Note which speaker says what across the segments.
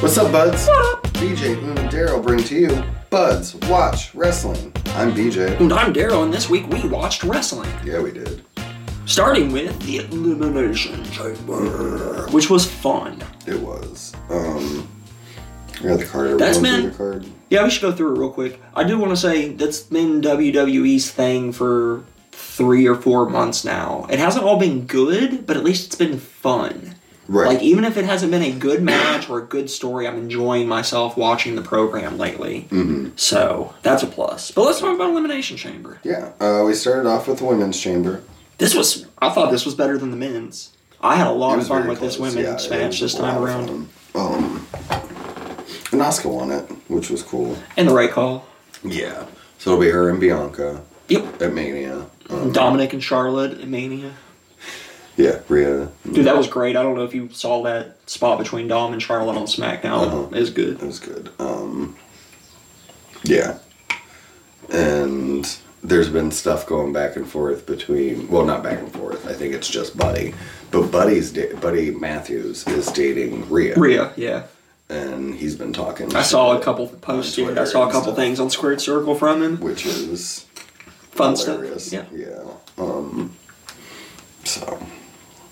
Speaker 1: What's up, Buds? BJ, Boone, and Daryl bring to you Buds Watch Wrestling. I'm BJ.
Speaker 2: And I'm Daryl, and this week we watched wrestling,
Speaker 1: Yeah, we did.
Speaker 2: starting with the Elimination Chamber, which was fun.
Speaker 1: It was. Um, I got the card. Everyone's
Speaker 2: That's
Speaker 1: in
Speaker 2: been-
Speaker 1: the card.
Speaker 2: Yeah, we should go through it real quick. I do want to say that's been WWE's thing for three or four months now. It hasn't all been good, but at least it's been fun.
Speaker 1: Right.
Speaker 2: Like, e- even if it hasn't been a good match or a good story, I'm enjoying myself watching the program lately. Mm-hmm. So, that's a plus. But let's talk about Elimination Chamber.
Speaker 1: yeah. Uh, we started off with the women's chamber.
Speaker 2: This was, I thought this was better than the men's. I had a
Speaker 1: It
Speaker 2: lot of
Speaker 1: was
Speaker 2: fun
Speaker 1: very
Speaker 2: with this
Speaker 1: close.
Speaker 2: women's
Speaker 1: Yeah, it
Speaker 2: match
Speaker 1: was
Speaker 2: this
Speaker 1: a lot
Speaker 2: time
Speaker 1: of
Speaker 2: around.
Speaker 1: fun. Um, and Asuka won it, which was cool.
Speaker 2: And the right call.
Speaker 1: Yeah. So it'll be her and Bianca
Speaker 2: Yep.
Speaker 1: at Mania. Um,
Speaker 2: Dominic and Charlotte at Mania.
Speaker 1: yeah, Rhea.
Speaker 2: Dude, that was great. I don't know if you saw that spot between Dom and Charlotte on SmackDown.
Speaker 1: Uh-huh.
Speaker 2: It was good.
Speaker 1: It was good. Um, yeah. And there's been stuff going back and forth between, well, not back and forth. I think it's just Buddy, but Buddy's da- Buddy Matthews is dating Rhea,
Speaker 2: Rhea, yeah.
Speaker 1: and he's been talking.
Speaker 2: I
Speaker 1: shit,
Speaker 2: saw a couple posts.
Speaker 1: On Twitter
Speaker 2: I saw a
Speaker 1: and
Speaker 2: couple
Speaker 1: stuff.
Speaker 2: things on Squared Circle from him.
Speaker 1: which is
Speaker 2: Fun
Speaker 1: hilarious.
Speaker 2: stuff. Yeah.
Speaker 1: Um, so,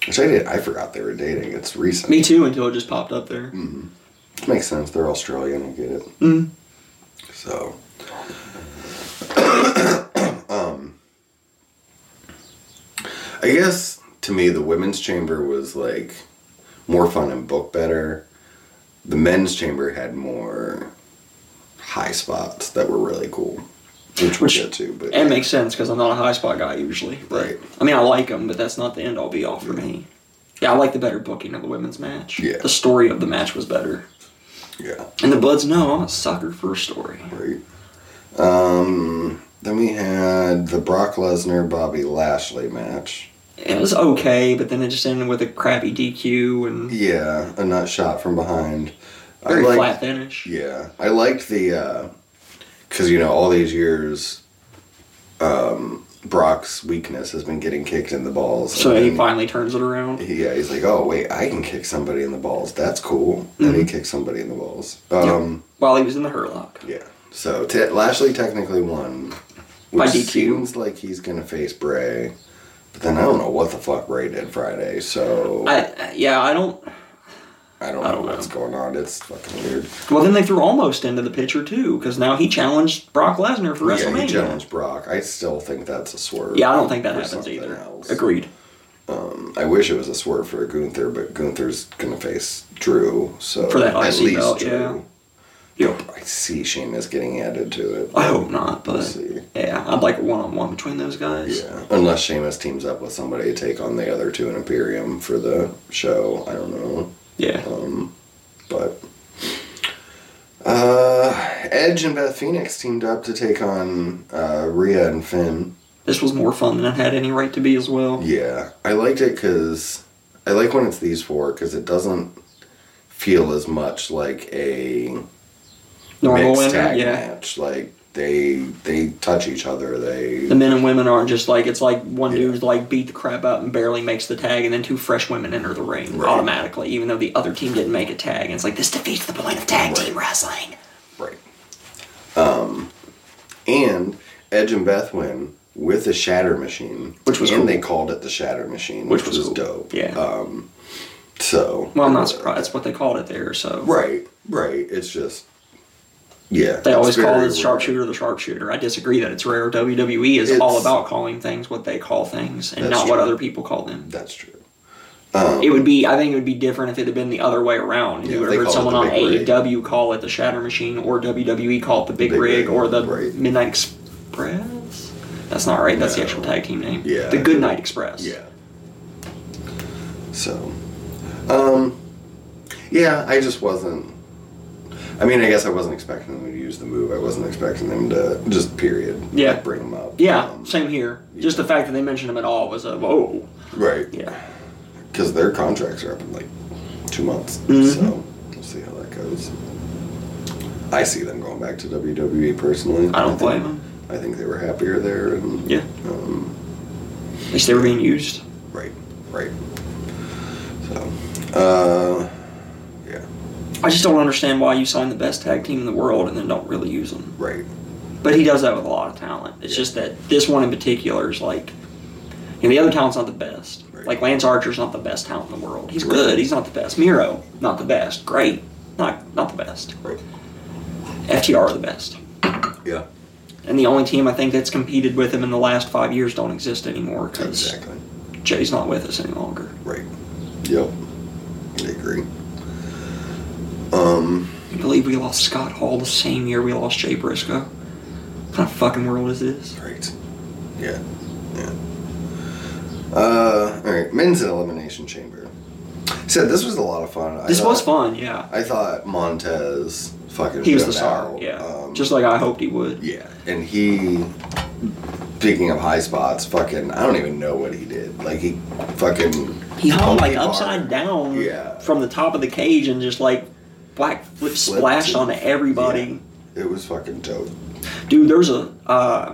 Speaker 1: which I did. I forgot they were dating. It's recent.
Speaker 2: Me too. Until it just popped up there.
Speaker 1: Makes sense. They're Australian. I get it. So, um, I guess to me the women's chamber was like more fun and booked better. The men's chamber had more high spots that were really cool, which we'll
Speaker 2: Which-
Speaker 1: get to. But
Speaker 2: It makes sense because I'm not a high spot guy usually. But,
Speaker 1: Right.
Speaker 2: I mean, I like them, but that's not the end all be all for me. Yeah, I like the better booking of the women's match.
Speaker 1: Yeah.
Speaker 2: The story of the match was better.
Speaker 1: yeah,
Speaker 2: And the Buds know I'm a sucker for a story.
Speaker 1: right. Um, then we had the Brock Lesnar Bobby Lashley match.
Speaker 2: It was okay, but then it just ended with a crappy DQ and
Speaker 1: Yeah, a nut shot from behind. I
Speaker 2: very
Speaker 1: liked-
Speaker 2: flat finish.
Speaker 1: Yeah, I liked the because you know all these years, um, Brock's weakness has been getting kicked in the balls.
Speaker 2: So
Speaker 1: and
Speaker 2: he
Speaker 1: then-
Speaker 2: finally turns it around.
Speaker 1: he- yeah, he's like, oh wait, I can kick somebody in the balls. That's cool. And
Speaker 2: Mm-hmm.
Speaker 1: he kicks somebody in the balls. Um,
Speaker 2: while he was in the Hurlock.
Speaker 1: yeah. So te- Lashley technically won,
Speaker 2: By
Speaker 1: which
Speaker 2: DQ.
Speaker 1: seems like he's gonna face Bray. But then I don't know what the fuck Bray did Friday. So
Speaker 2: I yeah, I don't.
Speaker 1: I don't know
Speaker 2: I don't know.
Speaker 1: what's going on. It's fucking weird.
Speaker 2: Well, then they threw almost into the picture too, because now he challenged Brock Lesnar for
Speaker 1: Yeah, he
Speaker 2: WrestleMania. Yeah,
Speaker 1: challenged Brock. I still think that's a swerve.
Speaker 2: I don't think that
Speaker 1: for
Speaker 2: happens
Speaker 1: something
Speaker 2: either.
Speaker 1: else.
Speaker 2: Agreed.
Speaker 1: I wish it was a swerve for Gunther, but Gunther's gonna face Drew, so
Speaker 2: For that IC belt, yeah. Yep.
Speaker 1: I see Shane is getting added to it.
Speaker 2: I hope not, but
Speaker 1: see.
Speaker 2: Oh, yeah, I'd like a one-on-one between those guys.
Speaker 1: Yeah, unless Sheamus teams up with somebody to take on the other two in Imperium for the show. I don't know,
Speaker 2: Yeah.
Speaker 1: but uh, Edge and Beth Phoenix teamed up to take on uh, Rhea and Finn.
Speaker 2: This was more fun than it had any right to be as well.
Speaker 1: Yeah, I liked it because I like when it's these four because it doesn't feel as much like a
Speaker 2: Normal
Speaker 1: mixed
Speaker 2: women,
Speaker 1: tag
Speaker 2: yeah.
Speaker 1: match. Like they they touch each other. They
Speaker 2: The men and women aren't just like it's like one
Speaker 1: Yeah.
Speaker 2: dude like beat the crap out and barely makes the tag, and then two fresh women enter the ring
Speaker 1: Right.
Speaker 2: automatically, even though the other team didn't make a tag. And it's like this defeats the point of tag team wrestling.
Speaker 1: right. Um, and Edge and Beth win with a shatter machine,
Speaker 2: Which was
Speaker 1: and
Speaker 2: cool.
Speaker 1: they called it the shatter machine,
Speaker 2: Which
Speaker 1: which,
Speaker 2: was
Speaker 1: was,
Speaker 2: cool.
Speaker 1: dope.
Speaker 2: Yeah.
Speaker 1: Um, so
Speaker 2: Well, I'm not surprised. That's what they called it there. So
Speaker 1: Right, right. It's just yeah.
Speaker 2: they
Speaker 1: it's
Speaker 2: always call
Speaker 1: very
Speaker 2: it
Speaker 1: rare.
Speaker 2: sharpshooter the sharpshooter. I disagree that it's rare. WWE is
Speaker 1: It's-
Speaker 2: all about calling things what they call things and
Speaker 1: That's
Speaker 2: not what
Speaker 1: true.
Speaker 2: other people call them.
Speaker 1: That's true.
Speaker 2: it would be, I think, it would be different if it had been the other way around. and
Speaker 1: Yeah,
Speaker 2: you would
Speaker 1: they
Speaker 2: have heard
Speaker 1: called it
Speaker 2: someone
Speaker 1: the
Speaker 2: on
Speaker 1: big rig.
Speaker 2: AEW call it the Shatter Machine, or WWE call it the Big,
Speaker 1: Big
Speaker 2: Rig,
Speaker 1: rig,
Speaker 2: or the
Speaker 1: right.
Speaker 2: Midnight Express. That's not right. That's the
Speaker 1: No.
Speaker 2: actual tag team name.
Speaker 1: Yeah.
Speaker 2: the Good Night Express.
Speaker 1: Yeah. So, um, yeah, I just wasn't. I mean, I guess I wasn't expecting them to use the move. I wasn't expecting them to just period. like,
Speaker 2: Yeah.
Speaker 1: bring them up.
Speaker 2: Yeah,
Speaker 1: Um,
Speaker 2: same here. Just the fact that they mentioned him at all was a whoa.
Speaker 1: right.
Speaker 2: Yeah.
Speaker 1: Because their contracts are up in like two months.
Speaker 2: Mm-hmm.
Speaker 1: So we'll see how that goes. I see them going back to WWE personally.
Speaker 2: I don't
Speaker 1: think-
Speaker 2: blame him.
Speaker 1: I think they were happier there. And
Speaker 2: Yeah.
Speaker 1: Um,
Speaker 2: At least they were being used.
Speaker 1: Right, right. So, uh, yeah.
Speaker 2: I just don't understand why you sign the best tag team in the world and then don't really use them.
Speaker 1: Right.
Speaker 2: But he does that with a lot of talent. It's just that this one in particular is like, you know, the other talent's not the best.
Speaker 1: Right.
Speaker 2: Like Lance Archer's not the best talent in the world. He's
Speaker 1: Right.
Speaker 2: good. He's not the best. Miro, not the best. Great, not not the best.
Speaker 1: Right.
Speaker 2: FTR are the best.
Speaker 1: Yeah.
Speaker 2: And the only team I think that's competed with him in the last five years don't exist anymore because
Speaker 1: Exactly.
Speaker 2: Jay's not with us any longer.
Speaker 1: Right. Yep. I agree. Um.
Speaker 2: I believe we lost Scott Hall the same year we lost Jay Briscoe. What kind of fucking world is this?
Speaker 1: Right. Yeah. Yeah. Uh. All right. Men's elimination chamber. Said this was a lot of fun. I
Speaker 2: This
Speaker 1: thought-
Speaker 2: was fun, yeah.
Speaker 1: I thought Montez fucking
Speaker 2: He was the
Speaker 1: showed
Speaker 2: star,
Speaker 1: out.
Speaker 2: yeah.
Speaker 1: Um,
Speaker 2: Just like I hoped he would.
Speaker 1: Yeah, and he, picking up high spots, fucking, I don't even know what he did. Like, he fucking.
Speaker 2: He hung
Speaker 1: pumped
Speaker 2: like
Speaker 1: the bar.
Speaker 2: upside down
Speaker 1: Yeah.
Speaker 2: from the top of the cage and just like black flip splashed
Speaker 1: it.
Speaker 2: on everybody.
Speaker 1: It was fucking dope.
Speaker 2: Dude, there's a uh,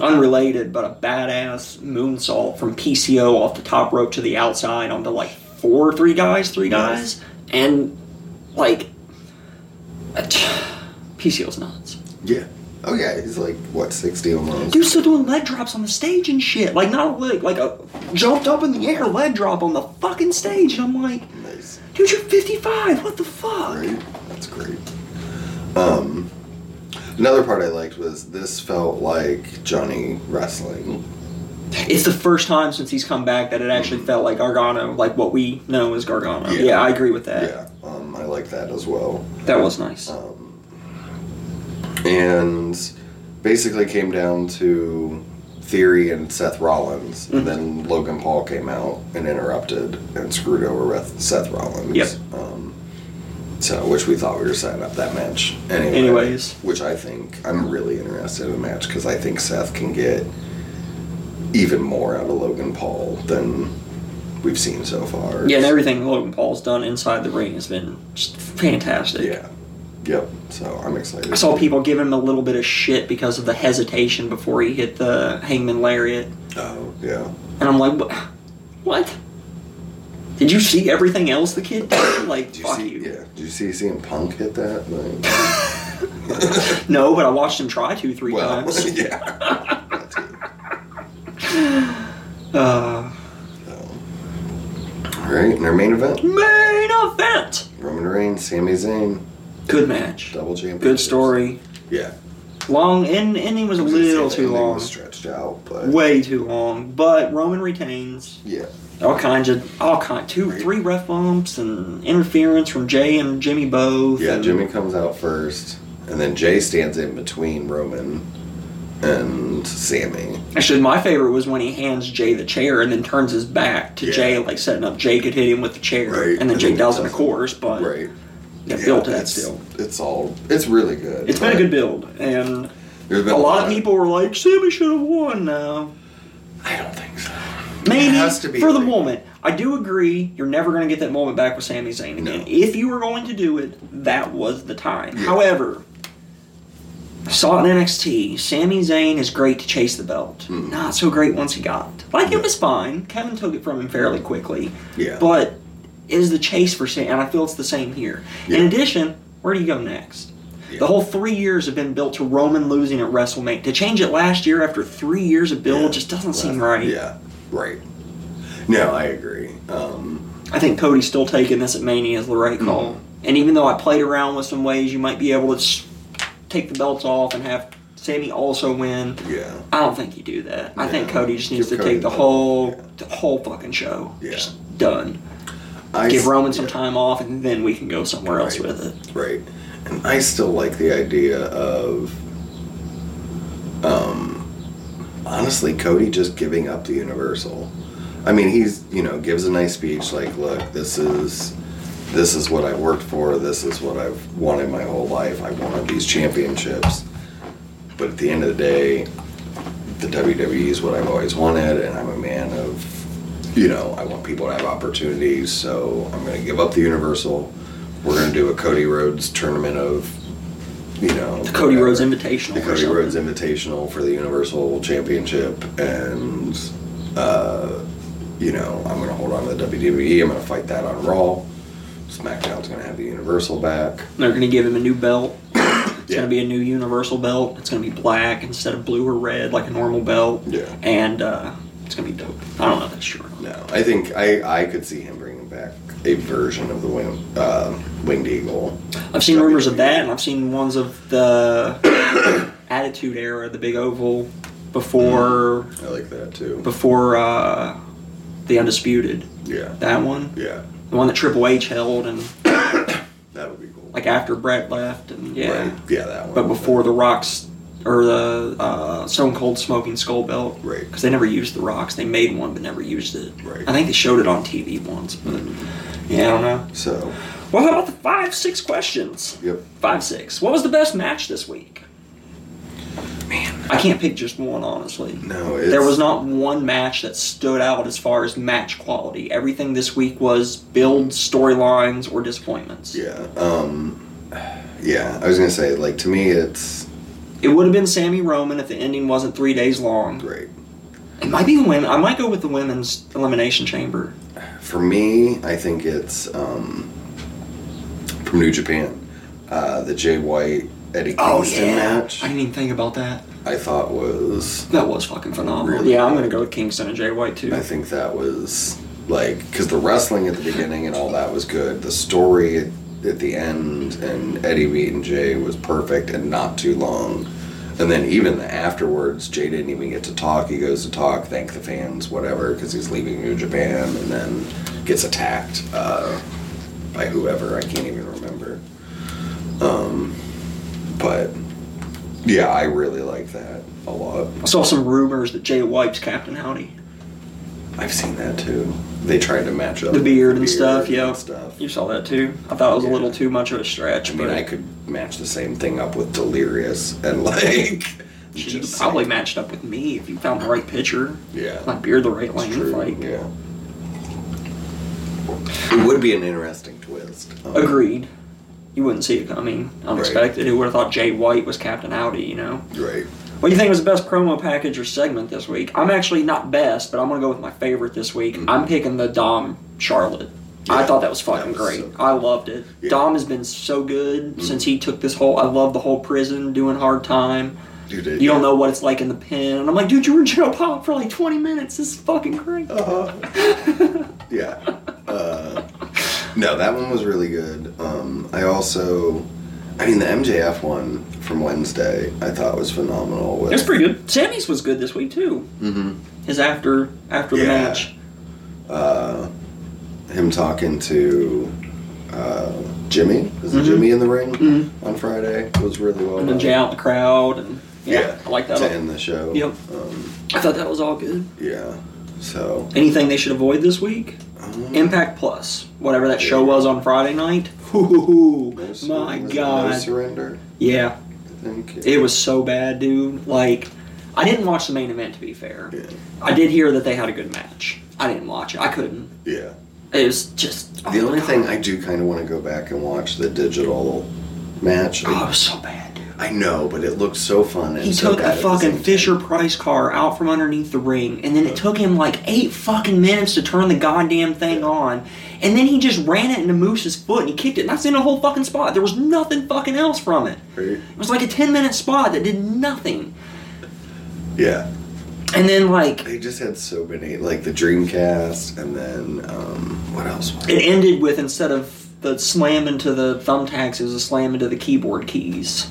Speaker 2: unrelated but a badass moonsault from PCO off the top rope to the outside onto like four, three guys, three guys, and like PCO's nuts.
Speaker 1: Yeah. Oh, yeah, he's like, what, 60 almost?
Speaker 2: Dude's still doing leg drops on the stage and shit. Like not a leg, like a jumped up in the air leg drop on the fucking stage. And I'm like,
Speaker 1: Nice.
Speaker 2: dude, you're 55. What the fuck?
Speaker 1: Great. That's great. Um, another part I liked was this felt like Johnny wrestling.
Speaker 2: It's the first time since he's come back that it actually felt like Gargano, like what we know as Gargano.
Speaker 1: Yeah.
Speaker 2: Yeah, I agree with that.
Speaker 1: Yeah, um, I like that as well.
Speaker 2: That was nice.
Speaker 1: um, and basically came down to Theory and Seth Rollins,
Speaker 2: Mm-hmm.
Speaker 1: and then Logan Paul came out and interrupted and screwed over with Seth Rollins.
Speaker 2: Yep.
Speaker 1: Um, so, which we thought we were setting up that match anyway.
Speaker 2: Anyways.
Speaker 1: which I think I'm really interested in the match because I think Seth can get even more out of Logan Paul than we've seen so far.
Speaker 2: Yeah, and everything Logan Paul's done inside the ring has been just fantastic.
Speaker 1: Yeah. Yep. So I'm excited.
Speaker 2: I saw people give him a little bit of shit because of the hesitation before he hit the Hangman Lariat,
Speaker 1: Oh yeah.
Speaker 2: and I'm like, "Wha- what? Did you see everything else the kid did? Like,
Speaker 1: Did you
Speaker 2: fuck
Speaker 1: see?
Speaker 2: you.
Speaker 1: Yeah. Did you see CM Punk hit that? Like,
Speaker 2: No, but I watched him try two, three
Speaker 1: well,
Speaker 2: times.
Speaker 1: yeah.
Speaker 2: Uh,
Speaker 1: All right, and our main event:
Speaker 2: main event.
Speaker 1: Roman Reigns, Sami Zayn,
Speaker 2: Good match.
Speaker 1: double champion.
Speaker 2: Good story.
Speaker 1: Yeah.
Speaker 2: Long and ending was a
Speaker 1: I was gonna say
Speaker 2: little
Speaker 1: the
Speaker 2: too
Speaker 1: ending
Speaker 2: long.
Speaker 1: Was stretched out, but
Speaker 2: Way too long. But Roman retains.
Speaker 1: yeah,
Speaker 2: all kinds of all kind two three ref bumps and interference from Jay and Jimmy both.
Speaker 1: yeah.
Speaker 2: and-
Speaker 1: Jimmy comes out first, and then Jay stands in between Roman and Sammy.
Speaker 2: Actually, my favorite was when he hands Jay the chair and then turns his back to
Speaker 1: Yeah.
Speaker 2: Jay, like setting up Jay could hit him with the chair,
Speaker 1: Right,
Speaker 2: and then
Speaker 1: and
Speaker 2: Jay
Speaker 1: then he
Speaker 2: doesn't, of
Speaker 1: doesn't.
Speaker 2: course. But
Speaker 1: Right.
Speaker 2: they built to that
Speaker 1: it's,
Speaker 2: still.
Speaker 1: It's all. It's really good.
Speaker 2: It's been a
Speaker 1: but
Speaker 2: good build, and
Speaker 1: There's been
Speaker 2: a lot of people were like, "Sammy should have won." Now,
Speaker 1: I don't think so.
Speaker 2: Maybe
Speaker 1: has to be
Speaker 2: for the
Speaker 1: like-
Speaker 2: moment. I do agree. You're never going to get that moment back with Sami Zayn again.
Speaker 1: No.
Speaker 2: If you were going to do it, that was the time.
Speaker 1: Yeah.
Speaker 2: However, I saw it in NXT. Sami Zayn is great to chase the belt.
Speaker 1: Hmm.
Speaker 2: Not so great once he got. it. Like it was fine. Kevin took it from him fairly quickly.
Speaker 1: Yeah.
Speaker 2: But it is the chase for Sam, and I feel it's the same here. In
Speaker 1: Yeah.
Speaker 2: addition, where do you go next?
Speaker 1: Yeah.
Speaker 2: The whole three years have been built to Roman losing at WrestleMania. To change it last year after three years of build
Speaker 1: Yeah.
Speaker 2: just doesn't seem right.
Speaker 1: Yeah. Right. No, I agree. Um,
Speaker 2: I think Cody's still taking this at Mania as the right
Speaker 1: Mm-hmm.
Speaker 2: call. And even though I played around with some ways you might be able to s- take the belts off and have Sammy also win,
Speaker 1: yeah.
Speaker 2: I don't think you do that. I think
Speaker 1: Yeah.
Speaker 2: Cody just needs
Speaker 1: Give
Speaker 2: to
Speaker 1: Cody
Speaker 2: take the
Speaker 1: the-
Speaker 2: whole the whole fucking show.
Speaker 1: Yeah.
Speaker 2: Just done.
Speaker 1: I
Speaker 2: Give
Speaker 1: s-
Speaker 2: Roman some
Speaker 1: yeah,
Speaker 2: time off, and then we can go somewhere else
Speaker 1: Right.
Speaker 2: with it.
Speaker 1: Right. And I still like the idea of um honestly Cody just giving up the universal. I mean, he's, you know, gives a nice speech like, look, this is this is what I worked for, this is what I've wanted my whole life. I wanted these championships. But at the end of the day, the WWE is what I've always wanted, and I'm a man of, you know, I want people to have opportunities, so I'm going to give up the Universal. We're going to do a Cody Rhodes tournament of, you know,
Speaker 2: The Cody Rhodes
Speaker 1: whatever.
Speaker 2: Invitational.
Speaker 1: the
Speaker 2: or
Speaker 1: Cody
Speaker 2: something.
Speaker 1: Rhodes Invitational for the Universal Championship, and, E, uh, you know, I'm going to hold on to the WWE. I'm going to fight that on Raw. SmackDown's gonna have the Universal back.
Speaker 2: They're going to give him a new belt. It's
Speaker 1: Yeah.
Speaker 2: going to be a new universal belt. It's going to be black instead of blue or red like a normal belt.
Speaker 1: Yeah.
Speaker 2: And uh, it's going to be dope. I don't know if that's true or not.
Speaker 1: No, I think I, I could see him bringing back a version of the wing, uh, Winged Eagle.
Speaker 2: I've seen rumors of that, and I've seen ones of the Attitude Era, the Big Oval, before
Speaker 1: I like that too.
Speaker 2: before uh, the Undisputed.
Speaker 1: Yeah,
Speaker 2: That one,
Speaker 1: yeah,
Speaker 2: the one that Triple H held, and
Speaker 1: that would be cool.
Speaker 2: like after Brett left, and yeah,
Speaker 1: Right. yeah, that one.
Speaker 2: but before the Rocks or the uh, Stone Cold Smoking Skull Belt,
Speaker 1: Right.
Speaker 2: Because they never used the Rocks. They made one, but never used it.
Speaker 1: Right.
Speaker 2: I think they showed it on TV once, but yeah, I don't know.
Speaker 1: So,
Speaker 2: Well, how about the five six questions?
Speaker 1: yep.
Speaker 2: Five six. What was the best match this week? Man, I can't pick just one honestly.
Speaker 1: No, it's,
Speaker 2: There was not one match that stood out as far as match quality. Everything this week was build storylines or disappointments.
Speaker 1: Yeah. Um. Yeah, I was gonna say like to me it's
Speaker 2: It would have been Sammy Roman if the ending wasn't three days long.
Speaker 1: great.
Speaker 2: It might be the women. I might go with the women's elimination chamber.
Speaker 1: For me, I think it's um from New Japan, uh, the Jay White Eddie
Speaker 2: Oh,
Speaker 1: Kingston Oh, match.
Speaker 2: I didn't even think about that.
Speaker 1: I thought was
Speaker 2: That was fucking phenomenal.
Speaker 1: Really?
Speaker 2: Yeah, I'm gonna go with Kingston and Jay White too.
Speaker 1: I think that was like because the wrestling at the beginning and all that was good. The story at, at the end and Eddie beating Jay was perfect and not too long. And then even the afterwards, Jay didn't even get to talk. He goes to talk, thank the fans, whatever, because he's leaving New Japan, and then gets attacked uh, by whoever I can't even remember. Um, but yeah, I really like that a lot.
Speaker 2: I saw some rumors that Jay White's Captain Howdy.
Speaker 1: I've seen that too. They tried to match up
Speaker 2: The beard and
Speaker 1: beard
Speaker 2: stuff, yeah.
Speaker 1: and stuff.
Speaker 2: You saw that too. I thought it was
Speaker 1: Yeah.
Speaker 2: a little too much of a stretch.
Speaker 1: I mean,
Speaker 2: but
Speaker 1: I could match the same thing up with Delirious and like.
Speaker 2: you
Speaker 1: just-
Speaker 2: probably matched up with me if you found the right pitcher.
Speaker 1: Yeah.
Speaker 2: My beard the right
Speaker 1: It's
Speaker 2: length.
Speaker 1: true.
Speaker 2: Like,
Speaker 1: yeah. It would be an interesting twist. Um,
Speaker 2: agreed. You wouldn't see it coming. Unexpected. Who would have thought Jay White was Captain Howdy? You know.
Speaker 1: Right.
Speaker 2: What do you think was the best promo package or segment this week? I'm actually not best, but I'm gonna go with my favorite this week. I'm picking the Dom Charlotte. I
Speaker 1: Mm-hmm. Yeah,
Speaker 2: thought that was
Speaker 1: that
Speaker 2: fucking
Speaker 1: was
Speaker 2: great.
Speaker 1: so good.
Speaker 2: I loved
Speaker 1: Yeah.
Speaker 2: it.
Speaker 1: Mm-hmm.
Speaker 2: Dom has been so good since he took this whole. I love the whole prison doing hard time.
Speaker 1: Dude,
Speaker 2: You don't know what it's like in the pen. And I'm like, dude, you were in jail pop for like 20 minutes. This is fucking great.
Speaker 1: Yeah. Uh, no, that one was really good. Um, I also, I mean, the MJF one from Wednesday, I thought was phenomenal. With,
Speaker 2: That's pretty good. Sammy's was good this week too.
Speaker 1: Mhm.
Speaker 2: His after after the
Speaker 1: Yeah.
Speaker 2: match.
Speaker 1: uh, him talking to uh, Jimmy. Was it Jimmy in the ring on Friday? was really well
Speaker 2: Mm-hmm. And
Speaker 1: done.
Speaker 2: then Jay out in the crowd. And yeah, I like that.
Speaker 1: To end the show.
Speaker 2: Yep.
Speaker 1: Um,
Speaker 2: I thought that was all good.
Speaker 1: yeah. So.
Speaker 2: Anything they should avoid this week?
Speaker 1: um,
Speaker 2: Impact Plus, whatever that show was on Friday night. Ooh,
Speaker 1: no sur- was
Speaker 2: my
Speaker 1: it No
Speaker 2: God.
Speaker 1: surrender.
Speaker 2: Yeah,
Speaker 1: Thank you.
Speaker 2: it was so bad, dude. Like, I didn't watch the main event to be fair.
Speaker 1: Yeah.
Speaker 2: I did hear that they had a good match. I didn't watch it. I couldn't.
Speaker 1: yeah.
Speaker 2: It was just
Speaker 1: The
Speaker 2: oh,
Speaker 1: only
Speaker 2: God.
Speaker 1: thing I do kind of want to go back and watch the digital match.
Speaker 2: Oh, it
Speaker 1: I,
Speaker 2: was so bad, dude.
Speaker 1: I know, but it looked so fun. And
Speaker 2: He
Speaker 1: so
Speaker 2: took
Speaker 1: bad
Speaker 2: a
Speaker 1: at the
Speaker 2: fucking
Speaker 1: same
Speaker 2: Fisher
Speaker 1: time.
Speaker 2: Price car out from underneath the ring, and then it took him like eight fucking minutes to turn the goddamn thing on, and then he just ran it into Moose's foot and he kicked it, and that's in a whole fucking spot. There was nothing fucking else from it.
Speaker 1: Right?
Speaker 2: It was like a 10 minute spot that did nothing.
Speaker 1: Yeah.
Speaker 2: And then, like, it
Speaker 1: They just had so many, like the Dreamcast, and then um, what else? Was it?
Speaker 2: ended with instead of the slam into the thumbtacks, it was a slam into the keyboard keys.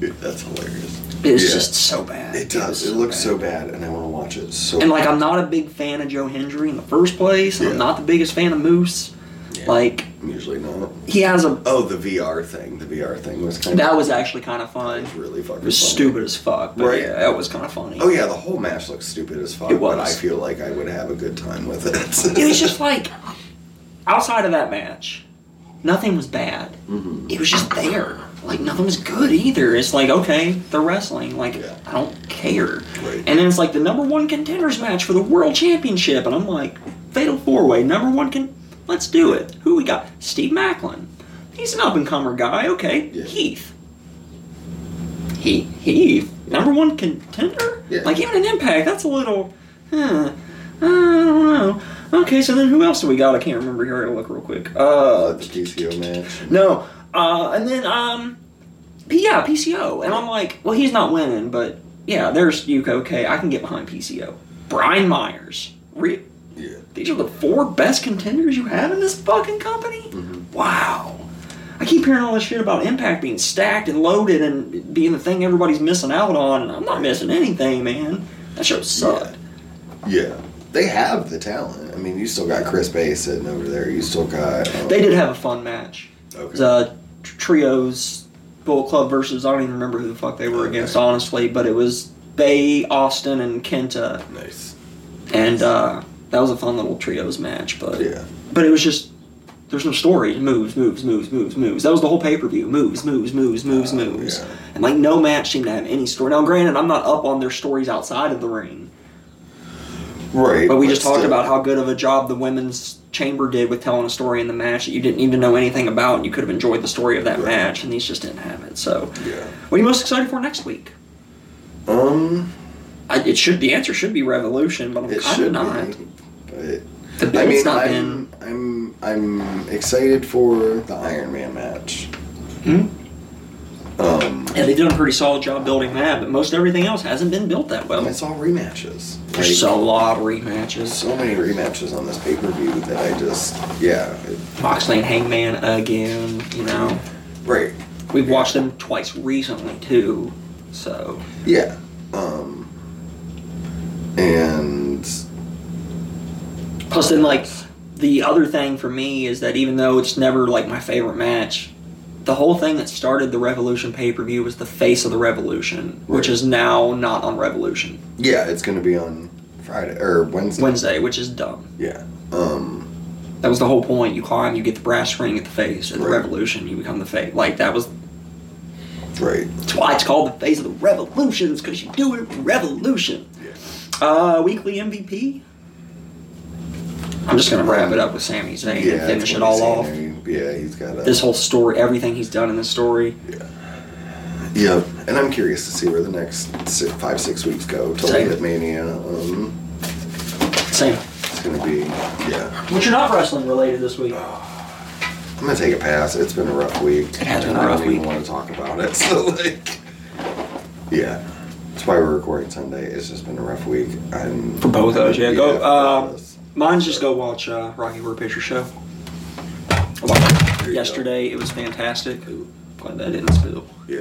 Speaker 1: Dude, that's hilarious.
Speaker 2: It was
Speaker 1: Yeah.
Speaker 2: just so bad.
Speaker 1: It does.
Speaker 2: was
Speaker 1: It looks
Speaker 2: bad.
Speaker 1: so bad, and I want to watch it so.
Speaker 2: And, like, I'm not a big fan of Joe Hendry in the first place. and
Speaker 1: Yeah.
Speaker 2: I'm not the biggest fan of Moose.
Speaker 1: Yeah.
Speaker 2: Like,
Speaker 1: usually not.
Speaker 2: he has a.
Speaker 1: Oh, the VR thing. The VR thing was kind of
Speaker 2: That was actually kind of
Speaker 1: that
Speaker 2: fun.
Speaker 1: was really fucking
Speaker 2: It was
Speaker 1: funny.
Speaker 2: stupid as fuck, but
Speaker 1: Right.
Speaker 2: yeah, that was kind of funny.
Speaker 1: Oh yeah, the whole match looks stupid as fuck.
Speaker 2: It
Speaker 1: But I
Speaker 2: was.
Speaker 1: feel like I would have a good time with it.
Speaker 2: It was just like, outside of that match, nothing was bad.
Speaker 1: Mhm.
Speaker 2: It was just there. Like, nothing was good either. It's like, okay, they're wrestling. Like,
Speaker 1: Yeah.
Speaker 2: I don't care.
Speaker 1: Right.
Speaker 2: And then it's like the number one contenders match for the world championship. And I'm like, fatal four way, number one can. Let's do it. Who we got? Steve Macklin. He's an up and comer guy. Okay.
Speaker 1: Yeah.
Speaker 2: Heath. He, Heath. Number one contender?
Speaker 1: Yeah.
Speaker 2: Like, even an impact, that's a little. Huh. Uh, I don't know. Okay, so then who else do we got? I can't remember here. I gotta look real quick. Uh,
Speaker 1: Uh, the PCO match.
Speaker 2: no. Uh, and then um, P- yeah, PCO. And I'm like, well, he's not winning, but yeah, there's Yuko. Okay, I can get behind PCO. Brian Myers. Re-
Speaker 1: Yeah.
Speaker 2: these are the four best contenders you have in this fucking company? Wow. I keep hearing all this shit about Impact being stacked and loaded and being the thing everybody's missing out on, and I'm not missing anything, man. That show sucked.
Speaker 1: Yeah. They have the talent. I mean, you still got Chris Bay sitting over there. You still got. uh,
Speaker 2: They did have a fun match. It was
Speaker 1: Okay.
Speaker 2: uh, tr- Trios Bull Club versus, I don't even remember who the fuck they were
Speaker 1: Okay.
Speaker 2: against, honestly, but it was Bay, Austin, and Kenta,
Speaker 1: nice.
Speaker 2: and uh, that was a fun little Trios match, but.
Speaker 1: Yeah.
Speaker 2: But it was just there's no story. Moves, moves, moves, moves, moves. That was the whole pay per view. Moves, moves, moves, moves,
Speaker 1: Oh,
Speaker 2: moves.
Speaker 1: yeah.
Speaker 2: And like no match seemed to have any story. Now, granted, I'm not up on their stories outside of the ring,
Speaker 1: Right.
Speaker 2: but we just talked
Speaker 1: still-
Speaker 2: about how good of a job the women's chamber did with telling a story in the match that you didn't need to know anything about, and you could have enjoyed the story of that
Speaker 1: Right.
Speaker 2: match. And these just didn't have it. So,
Speaker 1: Yeah.
Speaker 2: what are you most excited for next week?
Speaker 1: Um.
Speaker 2: I, it should the answer should be Revolution, but I'm
Speaker 1: It
Speaker 2: kind of
Speaker 1: should
Speaker 2: not.
Speaker 1: be. But
Speaker 2: The
Speaker 1: I
Speaker 2: build's
Speaker 1: mean,
Speaker 2: not
Speaker 1: I'm, I'm I'm excited for the Iron Man match.
Speaker 2: been.
Speaker 1: Um,
Speaker 2: Yeah, they've done a pretty solid job building that, but most everything else hasn't been built that well.
Speaker 1: and it's all rematches. Like,
Speaker 2: There's a lot of rematches.
Speaker 1: so many rematches on this pay per view that I just yeah it-
Speaker 2: Moxley and Hangman again, you know.
Speaker 1: right
Speaker 2: We've watched them twice recently too. So
Speaker 1: yeah um and
Speaker 2: plus then like the other thing for me is that even though it's never like my favorite match, the whole thing that started the Revolution pay per view was the face of the Revolution, which
Speaker 1: Right.
Speaker 2: is now not on Revolution.
Speaker 1: yeah it's gonna be on Friday or Wednesday.
Speaker 2: Wednesday, which is dumb.
Speaker 1: Yeah. Um.
Speaker 2: That was the whole point. You climb, you get the brass ring at the face, at the
Speaker 1: Right.
Speaker 2: revolution, you become the face. Like that was
Speaker 1: Right.
Speaker 2: that's why it's called the face of the revolutions, because you do it revolution.
Speaker 1: Yeah.
Speaker 2: Uh, weekly MVP. I'm just gonna wrap it up with Sami Zayn and
Speaker 1: that's
Speaker 2: finish it
Speaker 1: what
Speaker 2: all
Speaker 1: he's
Speaker 2: off.
Speaker 1: saying. Yeah, he's got a,
Speaker 2: This whole story, everything he's done in this story.
Speaker 1: Yeah, and I'm curious to see where the next si five six weeks go till we
Speaker 2: Same.
Speaker 1: hit Mania. Um,
Speaker 2: Same.
Speaker 1: it's gonna be yeah.
Speaker 2: But you're not wrestling related this week.
Speaker 1: I'm gonna take a pass. It's been a rough week. It
Speaker 2: has been a
Speaker 1: I
Speaker 2: rough
Speaker 1: don't even
Speaker 2: week.
Speaker 1: want to talk about it. So like, yeah, that's why we're recording Sunday. It's just been a rough week. I'm
Speaker 2: For both of us, yeah. Go.
Speaker 1: for both
Speaker 2: Uh,
Speaker 1: of us.
Speaker 2: mine's just go watch uh, Rocky Horror Picture Show.
Speaker 1: There
Speaker 2: I watched
Speaker 1: you go.
Speaker 2: it yesterday. It was fantastic. Glad that didn't spill.
Speaker 1: yeah.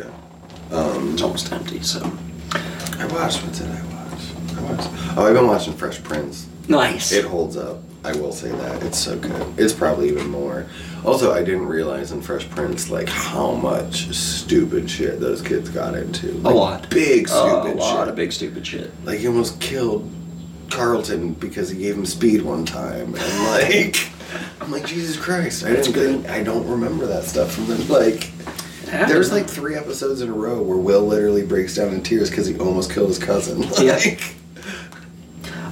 Speaker 2: It's almost empty, so
Speaker 1: I watched. What did I watch? I watched. Oh, I've been watching Fresh Prince.
Speaker 2: nice.
Speaker 1: It holds up. I will say that. It's so good. It's probably even more. Also, I didn't realize in Fresh Prince like how much stupid shit those kids got into. Like,
Speaker 2: lot.
Speaker 1: Big
Speaker 2: Uh,
Speaker 1: stupid
Speaker 2: a lot
Speaker 1: shit.
Speaker 2: of big stupid shit.
Speaker 1: like he almost killed Carlton because he gave him speed one time. And like I'm like, Jesus Christ, I didn't think, I don't remember that stuff from the like
Speaker 2: It
Speaker 1: there's
Speaker 2: happened.
Speaker 1: like three episodes in a row where Will literally breaks down in tears because he almost killed his cousin.
Speaker 2: Yeah.
Speaker 1: Like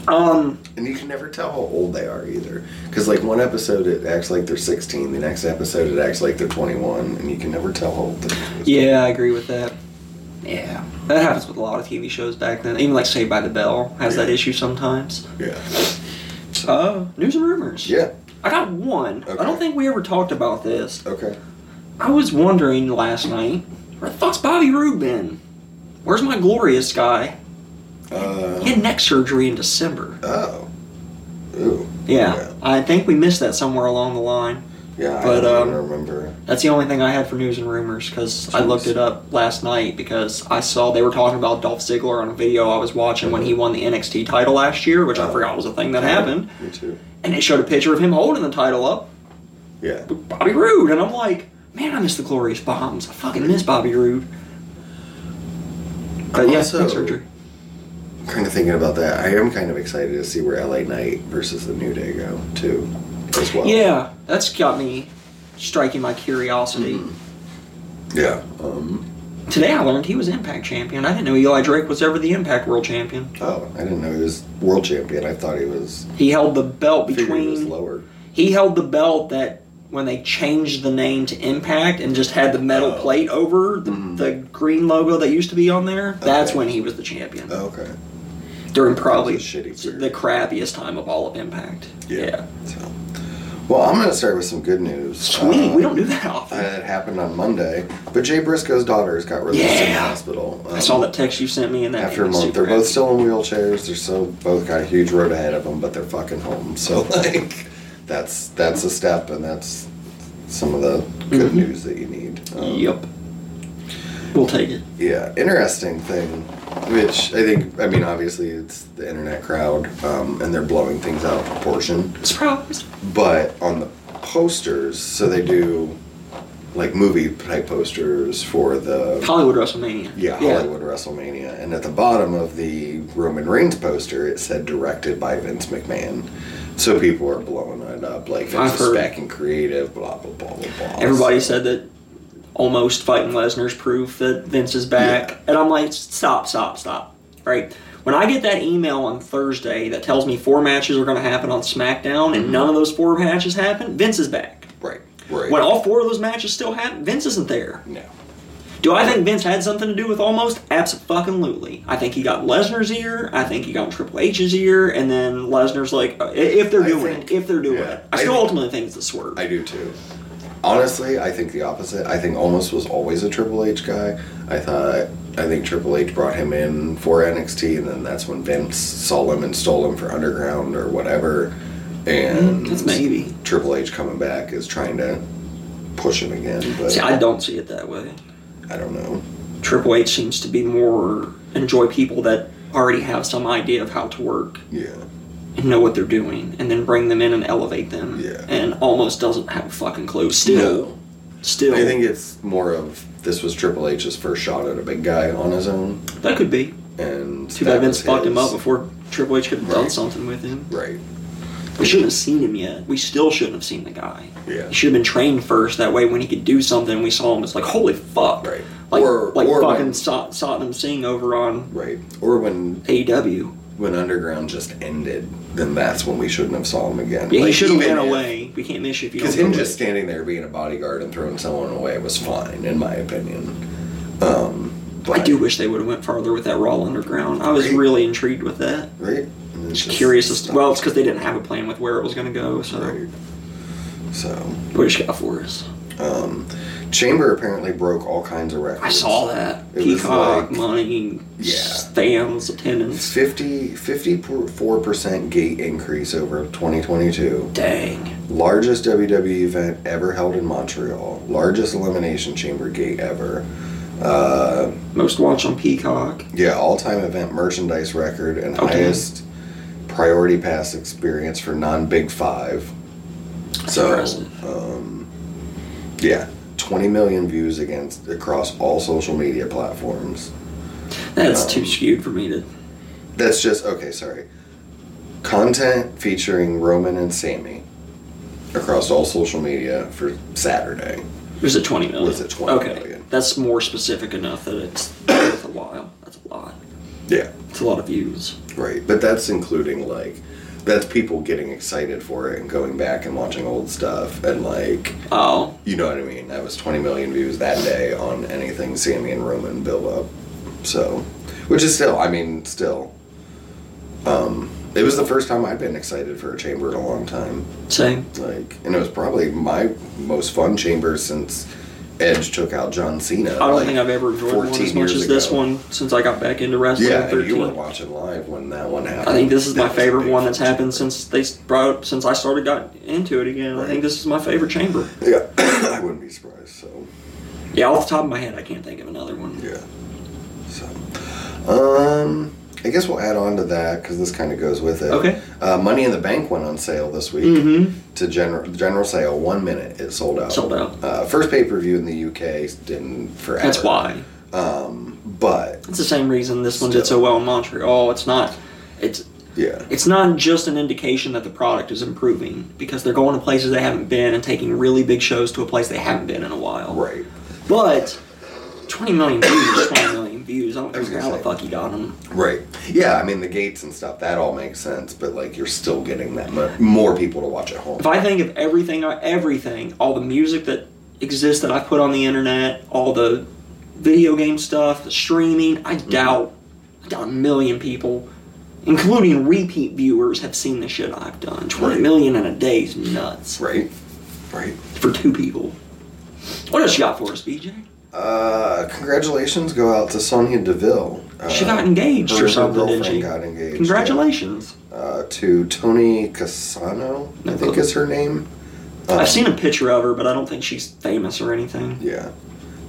Speaker 2: um.
Speaker 1: And you can never tell how old they are either. Because, like, one episode it acts like they're 16, the next episode it acts like they're 21, and you can never tell how old they're.
Speaker 2: Yeah, I agree with that. Yeah, that happens with a lot of TV shows back then. Even like Saved by the Bell has that issue sometimes.
Speaker 1: Yeah.
Speaker 2: Uh, news and rumors.
Speaker 1: Oh. Yeah.
Speaker 2: I got one. I don't
Speaker 1: Okay.
Speaker 2: think we ever talked about this.
Speaker 1: Okay.
Speaker 2: I was wondering last night, where the fuck's Bobby Roode been? Where's my glorious guy? He
Speaker 1: Uh,
Speaker 2: had neck surgery in December.
Speaker 1: oh. Ooh.
Speaker 2: Yeah,
Speaker 1: Yeah.
Speaker 2: I think we missed that somewhere along the line.
Speaker 1: Yeah, I
Speaker 2: But,
Speaker 1: don't even
Speaker 2: um,
Speaker 1: remember.
Speaker 2: That's the only thing I had for news and rumors because I looked it up last night because I saw they were talking about Dolph Ziggler on a video I was watching when he
Speaker 1: Mm-hmm.
Speaker 2: won the NXT title last year, which I
Speaker 1: Oh.
Speaker 2: forgot was a thing that happened.
Speaker 1: Me too.
Speaker 2: And they showed a picture of him holding the title up
Speaker 1: Yeah.
Speaker 2: with Bobby Roode, and I'm like, man, I miss the Glorious Bombs. I fucking miss Bobby Roode. But Uh, yeah,
Speaker 1: Also-
Speaker 2: neck surgery.
Speaker 1: I'm kind of thinking about that. I am kind of excited to see where LA Knight versus the New Day go, too, as well.
Speaker 2: Yeah, that's got me striking my curiosity.
Speaker 1: Mm-hmm. Yeah. Um,
Speaker 2: Today I learned he was Impact champion. I didn't know Eli Drake was ever the Impact World Champion.
Speaker 1: oh, I didn't know he was world champion. I thought he was.
Speaker 2: He held the belt
Speaker 1: I figured he was
Speaker 2: between
Speaker 1: lower.
Speaker 2: He held the belt that when they changed the name to Impact and just had the metal
Speaker 1: Oh. Mm-hmm.
Speaker 2: plate over the, the green logo that used to be on there. That's
Speaker 1: Okay.
Speaker 2: when he was the champion.
Speaker 1: Oh, Okay.
Speaker 2: during probably
Speaker 1: It's a shitty period.
Speaker 2: the crappiest time of all of Impact. Yeah.
Speaker 1: So, well, I'm gonna start with some good news.
Speaker 2: Sweet.
Speaker 1: Um,
Speaker 2: we don't do that often.
Speaker 1: uh, It happened on Monday, but Jay Briscoe's daughters got released in the
Speaker 2: Yeah.
Speaker 1: hospital.
Speaker 2: I
Speaker 1: um,
Speaker 2: saw that text you sent me, and that
Speaker 1: after a
Speaker 2: made me
Speaker 1: month.
Speaker 2: super
Speaker 1: They're both
Speaker 2: happy.
Speaker 1: still in wheelchairs. They're so both got a huge road ahead of them, but they're fucking home. So like, that's that's a step, and that's some of the good
Speaker 2: Mhm.
Speaker 1: news that you need. Um,
Speaker 2: Yep. We'll take it.
Speaker 1: Yeah, interesting thing, which I think I mean obviously it's the internet crowd, um, and they're blowing things out of proportion.
Speaker 2: Surprise.
Speaker 1: But on the posters, so they do like movie type posters for the
Speaker 2: Hollywood WrestleMania.
Speaker 1: Yeah, Hollywood WrestleMania. And at the bottom of the Roman Reigns poster, it said directed by Vince McMahon. So people are blowing it up. Like, Vince
Speaker 2: I've
Speaker 1: was
Speaker 2: heard.
Speaker 1: back in creative, blah, blah, blah, blah, blah.
Speaker 2: Everybody
Speaker 1: So-
Speaker 2: said that almost fighting Lesnar's proof that Vince is back.
Speaker 1: Yeah.
Speaker 2: And I'm like, stop, stop, stop. Right? When I get that email on Thursday that tells me four matches are going to happen on SmackDown and none of those four matches happen, Vince is back.
Speaker 1: Right, Mm-hmm. right.
Speaker 2: When all four of those matches still happen, Vince isn't there.
Speaker 1: no.
Speaker 2: Do I think Vince had something to do with almost? Absolutely. I think he got Lesnar's ear. I think he got Triple H's ear, and then Lesnar's like, i- if they're
Speaker 1: I
Speaker 2: doing
Speaker 1: think-
Speaker 2: it, if they're doing
Speaker 1: yeah.
Speaker 2: it. I
Speaker 1: I
Speaker 2: still
Speaker 1: think-
Speaker 2: ultimately think it's a swerve.
Speaker 1: I do too. Honestly, I think the opposite. I think almost was always a Triple H guy. I thought, I think Triple H brought him in for NXT, and then that's when Vince saw him and stole him for Underground or whatever. And
Speaker 2: That's maybe.
Speaker 1: Triple H coming back is trying to push him again, but
Speaker 2: See, I don't see it that way.
Speaker 1: I don't know.
Speaker 2: Triple H seems to be more enjoy people that already have some idea of how to work
Speaker 1: Yeah,
Speaker 2: and know what they're doing, and then bring them in and elevate them.
Speaker 1: Yeah.
Speaker 2: And almost doesn't have a fucking clue. Still,
Speaker 1: No.
Speaker 2: still,
Speaker 1: I think it's more of this was Triple H's first shot at a big guy on his own,
Speaker 2: that could be.
Speaker 1: and
Speaker 2: Too
Speaker 1: that
Speaker 2: bad Vince
Speaker 1: was
Speaker 2: fucked him
Speaker 1: his-
Speaker 2: up before Triple H could have done
Speaker 1: Right.
Speaker 2: something with him.
Speaker 1: Right.
Speaker 2: We shouldn't have seen him yet. We still shouldn't have seen the guy.
Speaker 1: Yeah.
Speaker 2: He should have been trained first. That way, when he could do something, we saw him. It's like, holy fuck.
Speaker 1: Right.
Speaker 2: Like,
Speaker 1: Or-
Speaker 2: like
Speaker 1: or
Speaker 2: fucking
Speaker 1: when-
Speaker 2: Sa- Satnam Singh over on E
Speaker 1: Right. Or when
Speaker 2: AEW.
Speaker 1: when Underground just ended, then that's when we shouldn't have saw him again.
Speaker 2: Yeah, he
Speaker 1: Like,
Speaker 2: should have
Speaker 1: even
Speaker 2: ran
Speaker 1: if-
Speaker 2: away. We can't miss you if you
Speaker 1: Because
Speaker 2: don't
Speaker 1: him
Speaker 2: do
Speaker 1: just
Speaker 2: it.
Speaker 1: standing there being a bodyguard and throwing someone away was fine, in my opinion. Um, but,
Speaker 2: I do wish they would have went farther with that Raw Underground. I was
Speaker 1: Right.
Speaker 2: really intrigued with that.
Speaker 1: Right? And it's
Speaker 2: Just,
Speaker 1: just
Speaker 2: curious as to,
Speaker 1: stuff.
Speaker 2: well, it's because they didn't have a plan with where it was going to go. So
Speaker 1: Right. So,
Speaker 2: what did you got for us?
Speaker 1: um, Chamber apparently broke all kinds of records.
Speaker 2: I saw that
Speaker 1: It was
Speaker 2: Peacock
Speaker 1: like-
Speaker 2: money,
Speaker 1: Yeah.
Speaker 2: fans, attendance.
Speaker 1: 50, 54% gate increase over 2022.
Speaker 2: Dang,
Speaker 1: largest WWE event ever held in Montreal, largest Elimination Chamber gate ever. Uh,
Speaker 2: most watched on Peacock.
Speaker 1: yeah, all-time event merchandise record and
Speaker 2: Okay.
Speaker 1: highest priority pass experience for non-Big Five. So,
Speaker 2: impressive.
Speaker 1: um, yeah, 20 million views against across all social media platforms.
Speaker 2: That's
Speaker 1: Um,
Speaker 2: too skewed for me to.
Speaker 1: That's just okay. Sorry, content featuring Roman and Sammy across all social media for Saturday.
Speaker 2: Was it twenty million?
Speaker 1: Was it 20
Speaker 2: okay.
Speaker 1: million?
Speaker 2: That's more specific enough that it's worth a while. That's a lot.
Speaker 1: Yeah.
Speaker 2: It's a lot of views.
Speaker 1: Right, but that's including like that's people getting excited for it and going back and watching old stuff and like
Speaker 2: Oh,
Speaker 1: you know what I mean. That was 20 million views that day on anything Sammy and Roman build up. So, which is still, I mean, still. Um, it was the first time I'd been excited for a chamber in a long time.
Speaker 2: same.
Speaker 1: Like, and it was probably my most fun chamber since Edge took out John Cena.
Speaker 2: I don't
Speaker 1: like,
Speaker 2: think I've ever enjoyed one
Speaker 1: 14
Speaker 2: as much
Speaker 1: years
Speaker 2: as this
Speaker 1: ago.
Speaker 2: one since I got back into wrestling.
Speaker 1: Yeah,
Speaker 2: at
Speaker 1: and you
Speaker 2: 13.
Speaker 1: were watching live when that one happened.
Speaker 2: I think this is
Speaker 1: That
Speaker 2: my
Speaker 1: was a
Speaker 2: favorite
Speaker 1: big
Speaker 2: one that's
Speaker 1: fucking
Speaker 2: happened
Speaker 1: chamber.
Speaker 2: since they brought up, since I started got into it again. I think this is my favorite chamber.
Speaker 1: Yeah, I wouldn't be surprised. So,
Speaker 2: Yeah, off the top of my head, I can't think of another one.
Speaker 1: yeah. So, um, I guess we'll add on to that because this kind of goes with it.
Speaker 2: Okay.
Speaker 1: Uh, Money in the Bank went on sale this week
Speaker 2: Mhm.
Speaker 1: to general general sale. One minute, it sold out.
Speaker 2: Sold out.
Speaker 1: Uh, first pay per view in the UK didn't forever.
Speaker 2: That's why.
Speaker 1: Um, but
Speaker 2: It's the same reason this one did so well in Montreal. It's not. It's
Speaker 1: yeah,
Speaker 2: it's not just an indication that the product is improving because they're going to places they haven't been and taking really big shows to a place they haven't been in a while.
Speaker 1: right.
Speaker 2: But 20 million views, is 20 million views. I don't
Speaker 1: I was
Speaker 2: care
Speaker 1: gonna
Speaker 2: how the
Speaker 1: say.
Speaker 2: fuck he got them.
Speaker 1: Right. Yeah, I mean the gates and stuff that all makes sense, but like you're still getting that mu- more people to watch at home.
Speaker 2: if I think of everything, I- everything, all the music that exists that I put on the internet, all the
Speaker 1: Mm-hmm.
Speaker 2: video game stuff, the streaming, I doubt, I doubt a million people including repeat viewers, have seen the shit I've done. Twenty
Speaker 1: Right.
Speaker 2: million in a day is nuts
Speaker 1: Right? Right.
Speaker 2: for two people. What else you got for us, BJ?
Speaker 1: Uh, congratulations go out to Sonia Deville. Uh,
Speaker 2: She got engaged
Speaker 1: her-
Speaker 2: or
Speaker 1: her
Speaker 2: something, didn't
Speaker 1: girlfriend
Speaker 2: she?
Speaker 1: got engaged.
Speaker 2: Congratulations.
Speaker 1: Uh, to Tony Cassano, I think is her name.
Speaker 2: I've seen a picture of her, but I don't think she's famous or anything.
Speaker 1: Yeah.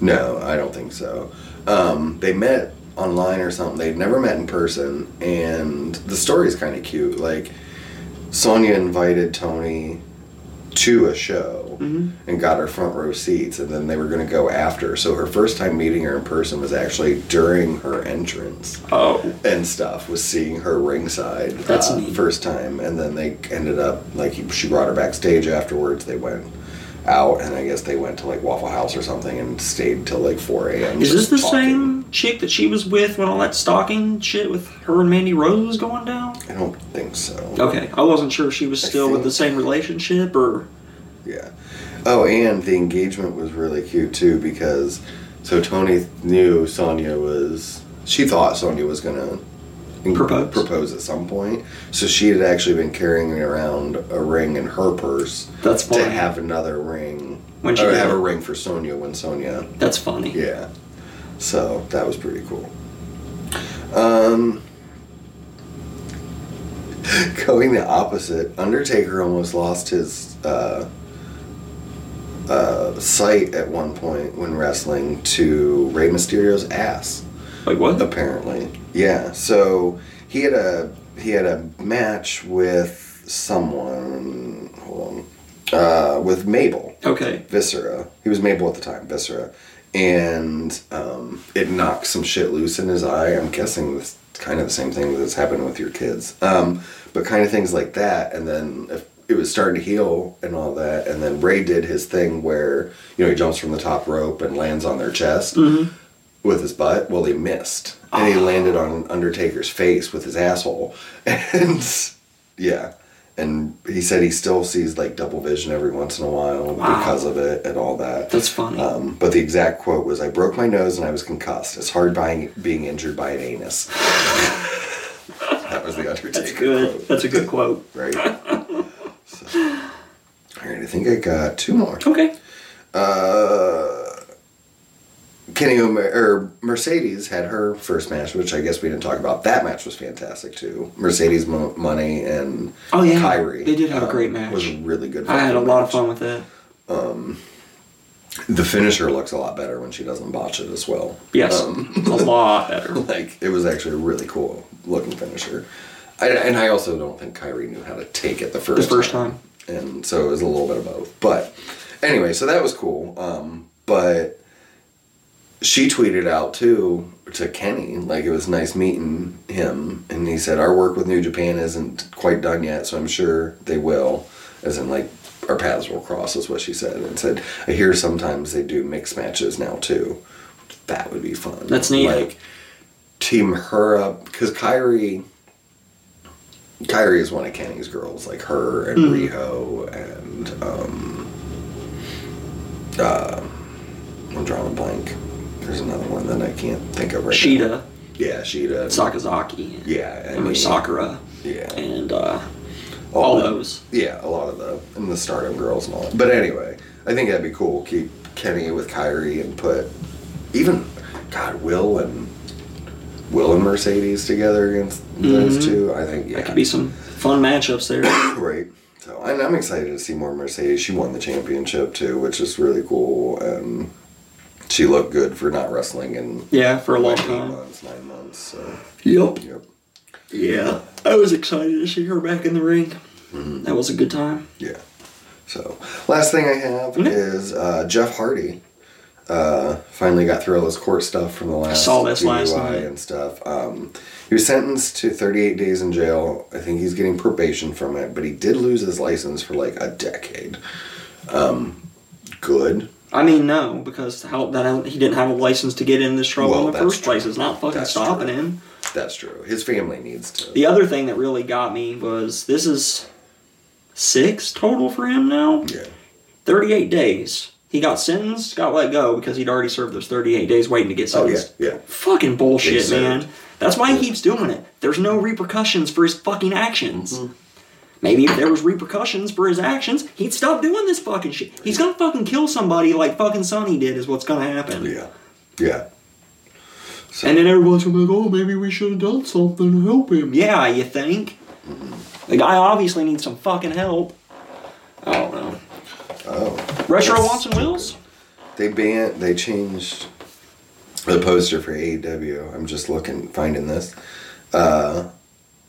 Speaker 1: No, I don't think so. Um, they met online or something. They'd never met in person, and the story's kind of cute. Like, Sonia invited Tony to a show and got her front row seats, and then they were going to go after. So her first time meeting her in person was actually during her entrance
Speaker 2: Oh.
Speaker 1: and stuff was seeing her ringside
Speaker 2: That's
Speaker 1: uh,
Speaker 2: neat.
Speaker 1: first time and then they ended up like he, she brought her backstage afterwards they went out and i guess they went to like waffle house or something and stayed till like 4 a.m
Speaker 2: Is this
Speaker 1: just
Speaker 2: the
Speaker 1: talking.
Speaker 2: same chick that she was with when all that stalking shit with her and Mandy Rose was going down?
Speaker 1: i don't think so
Speaker 2: Okay, I wasn't sure if she was still with the
Speaker 1: think-
Speaker 2: same relationship or.
Speaker 1: yeah oh and the engagement was really cute too because so tony knew sonia was she thought sonia was gonna en-
Speaker 2: Propose.
Speaker 1: propose at some point so she had actually been carrying around a ring in her purse
Speaker 2: That's
Speaker 1: to
Speaker 2: funny.
Speaker 1: have another ring
Speaker 2: When she
Speaker 1: or
Speaker 2: did
Speaker 1: have
Speaker 2: it.
Speaker 1: a ring for Sonia when Sonia
Speaker 2: That's funny.
Speaker 1: yeah so that was pretty cool um going the opposite Undertaker almost lost his uh uh, sight at one point when wrestling to Rey Mysterio's ass
Speaker 2: Like what?
Speaker 1: apparently yeah so he had a he had a match with someone hold on uh, with mabel
Speaker 2: Okay.
Speaker 1: viscera he was mabel at the time viscera and um, it knocked some shit loose in his eye i'm guessing this kind of the same thing that's happened with your kids um, but kind of things like that and then if it was starting to heal and all that and then ray did his thing where you know he jumps from the top rope and lands on their chest with his butt. Well, he missed, and he landed on Undertaker's face with his asshole. And yeah, and he said he still sees like double vision every once in a while
Speaker 2: Wow.
Speaker 1: because of it and all that.
Speaker 2: That's funny.
Speaker 1: Um, but the exact quote was, "I broke my nose and I was concussed. It's hard buying, being injured by an anus." that was the Undertaker.
Speaker 2: That's good.
Speaker 1: quote,
Speaker 2: That's a good quote.
Speaker 1: right? so, all right, I think I got two more.
Speaker 2: Okay.
Speaker 1: Uh, Kenny Ome- or Mercedes had her first match, which I guess we didn't talk about. That match was fantastic too. Mercedes Mo- Money and
Speaker 2: Oh, yeah.
Speaker 1: Kyrie.
Speaker 2: They did have a
Speaker 1: um,
Speaker 2: great match.
Speaker 1: Was a really good.
Speaker 2: I had a
Speaker 1: fucking
Speaker 2: lot of
Speaker 1: match.
Speaker 2: fun with that.
Speaker 1: The finisher looks a lot better when she doesn't botch it as well.
Speaker 2: Yes.
Speaker 1: Um,
Speaker 2: a lot better.
Speaker 1: like it was actually a really cool looking finisher. I, and I also don't think Kyrie knew how to take it the first
Speaker 2: The first time.
Speaker 1: and so it was a little bit of both. But anyway, so that was cool. Um, but she tweeted out too to Kenny, like it was nice meeting him, and he said our work with New Japan isn't quite done yet, so I'm sure they will, as in like our paths will cross is what she said, and said I hear sometimes they do mixed matches now too. That would be fun.
Speaker 2: That's neat.
Speaker 1: Like team her up because Kyrie. Kyrie is one of Kenny's girls, like her and
Speaker 2: Hmm.
Speaker 1: Riho and um, uh, I'm drawing a blank. There's another one that I can't think of right now.
Speaker 2: Sheeta,
Speaker 1: Yeah, Sheeta.
Speaker 2: Sakazaki, and,
Speaker 1: Yeah, I
Speaker 2: I
Speaker 1: mean-
Speaker 2: mean, Sakura,
Speaker 1: Yeah.
Speaker 2: and uh, all
Speaker 1: the-
Speaker 2: those.
Speaker 1: Yeah, a lot of the and the stardom girls and all that. But anyway, I think that'd be cool. Keep Kenny with Kyrie and put even God Will and Will and Mercedes together against
Speaker 2: Mm-hmm.
Speaker 1: those two. I think yeah.
Speaker 2: That could be some fun matchups there.
Speaker 1: Right. So and I'm excited to see more Mercedes. She won the championship too, which is really cool. And she looked good for not wrestling in
Speaker 2: yeah, for a long
Speaker 1: like, eight
Speaker 2: time.
Speaker 1: months, nine months. So
Speaker 2: Yep.
Speaker 1: yep.
Speaker 2: Yeah. I was excited to see her back in the ring.
Speaker 1: Mm-hmm.
Speaker 2: That was a good time.
Speaker 1: Yeah. So last thing I have
Speaker 2: Mm-hmm.
Speaker 1: is uh, Jeff Hardy. Uh, finally got through all his court stuff from the last
Speaker 2: saw this last night.
Speaker 1: and stuff. Um, he was sentenced to 38 days in jail. I think he's getting probation from it, but he did lose his license for like a decade. Um, good.
Speaker 2: I mean, no, because how that he didn't have a license to get in this trouble
Speaker 1: Well,
Speaker 2: in the
Speaker 1: that's
Speaker 2: first place is not fucking
Speaker 1: That's
Speaker 2: stopping
Speaker 1: true.
Speaker 2: him.
Speaker 1: That's true. His family needs to.
Speaker 2: The other thing that really got me was this is six total for him now.
Speaker 1: Yeah.
Speaker 2: 38 days. He got sentenced, got let go because he'd already served those 38 days waiting to get
Speaker 1: Oh yeah,
Speaker 2: sentenced.
Speaker 1: yeah.
Speaker 2: Fucking bullshit,
Speaker 1: They served.
Speaker 2: man. That's why he keeps doing it. There's no repercussions for his fucking actions.
Speaker 1: Mm-hmm.
Speaker 2: Maybe if there was repercussions for his actions, he'd stop doing this fucking shit. He's gonna fucking kill somebody like fucking Sonny did is what's gonna happen.
Speaker 1: Yeah. Yeah. So,
Speaker 2: And then everyone's gonna be like, oh, maybe we should have done something to help him. Yeah, you think?
Speaker 1: Mm-hmm.
Speaker 2: The guy obviously needs some fucking help. I don't know.
Speaker 1: oh.
Speaker 2: Retro
Speaker 1: That's
Speaker 2: Watson Wills?
Speaker 1: They banned, they changed the poster for AEW. I'm just looking, finding this. Uh,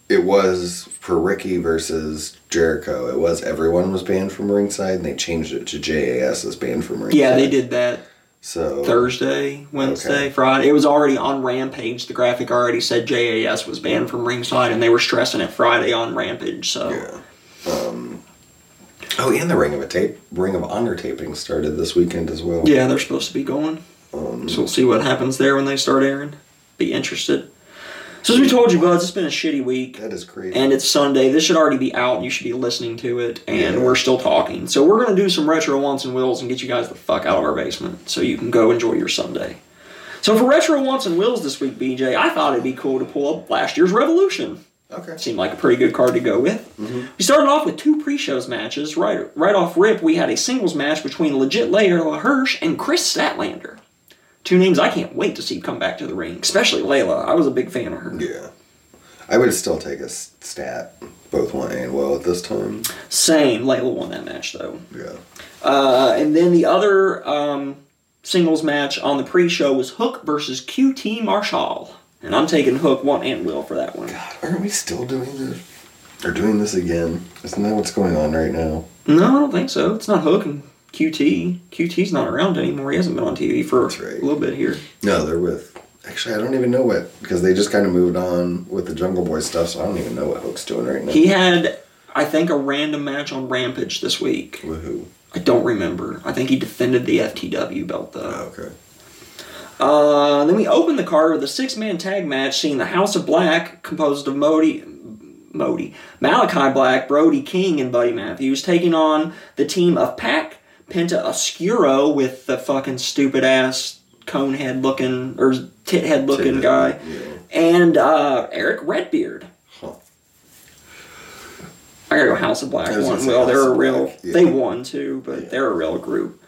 Speaker 1: it was for Ricky versus Jericho. It was everyone was banned from ringside, and they changed it to JAS is banned from ringside.
Speaker 2: Yeah, they did that
Speaker 1: So
Speaker 2: Thursday, Wednesday,
Speaker 1: Okay.
Speaker 2: Friday. It was already on Rampage. The graphic already said JAS was banned from ringside, and they were stressing it Friday on Rampage. So
Speaker 1: Yeah. Um, oh, and the Ring of a Tape, Ring of Honor taping started this weekend as well.
Speaker 2: Yeah, they're supposed to be going.
Speaker 1: Um,
Speaker 2: So we'll see what happens there when they start airing. Be interested. So as we told you, buds, it's been a shitty week.
Speaker 1: that is crazy.
Speaker 2: and it's Sunday. This should already be out. and You should be listening to it, and
Speaker 1: Yeah.
Speaker 2: we're still talking. So we're gonna do some retro wants and wills and get you guys the fuck out of our basement so you can go enjoy your Sunday. So for retro wants and wills this week, BJ, I thought it'd be cool to pull up last year's Revolution.
Speaker 1: okay.
Speaker 2: Seemed like a pretty good card to go with.
Speaker 1: Mm-hmm.
Speaker 2: We started off with two pre-shows matches. Right, right off rip, we had a singles match between Legit Layla Hirsch and Chris Statlander. Two names I can't wait to see come back to the ring, especially Layla. I was a big fan of her.
Speaker 1: Yeah. I would still take a s- stat, both one and well at this time.
Speaker 2: Same. Layla won that match though.
Speaker 1: Yeah.
Speaker 2: Uh, and then the other um, singles match on the pre-show was Hook versus QT Marshall, and I'm taking Hook one and Will for that one.
Speaker 1: Aren't we still doing this? Or doing this again? Isn't that what's going on right now?
Speaker 2: No, I don't think so. It's not Hook and QT. QT's not around anymore. He hasn't been on TV for
Speaker 1: right.
Speaker 2: a little bit here.
Speaker 1: No, they're with. Actually, I don't even know what because they just kind of moved on with the Jungle Boy stuff, so I don't even know what Hook's doing right now.
Speaker 2: He had, I think, a random match on Rampage this week.
Speaker 1: Woohoo!
Speaker 2: I don't remember. I think he defended the FTW belt though.
Speaker 1: Oh, Okay.
Speaker 2: Uh, then we open the card with a six-man tag match, seeing the House of Black, composed of Modi, Modi, Malachi Black, Brody King, and Buddy Matthews, taking on the team of Pac, Penta Oscuro with the fucking stupid ass cone head looking or tit head looking
Speaker 1: Tit-head,
Speaker 2: guy,
Speaker 1: yeah.
Speaker 2: and uh, Eric Redbeard.
Speaker 1: Huh.
Speaker 2: I gotta go House of Black
Speaker 1: I was gonna
Speaker 2: one.
Speaker 1: say
Speaker 2: Well,
Speaker 1: House
Speaker 2: they're a
Speaker 1: of
Speaker 2: real.
Speaker 1: Black, yeah.
Speaker 2: They won too, but they're a real group.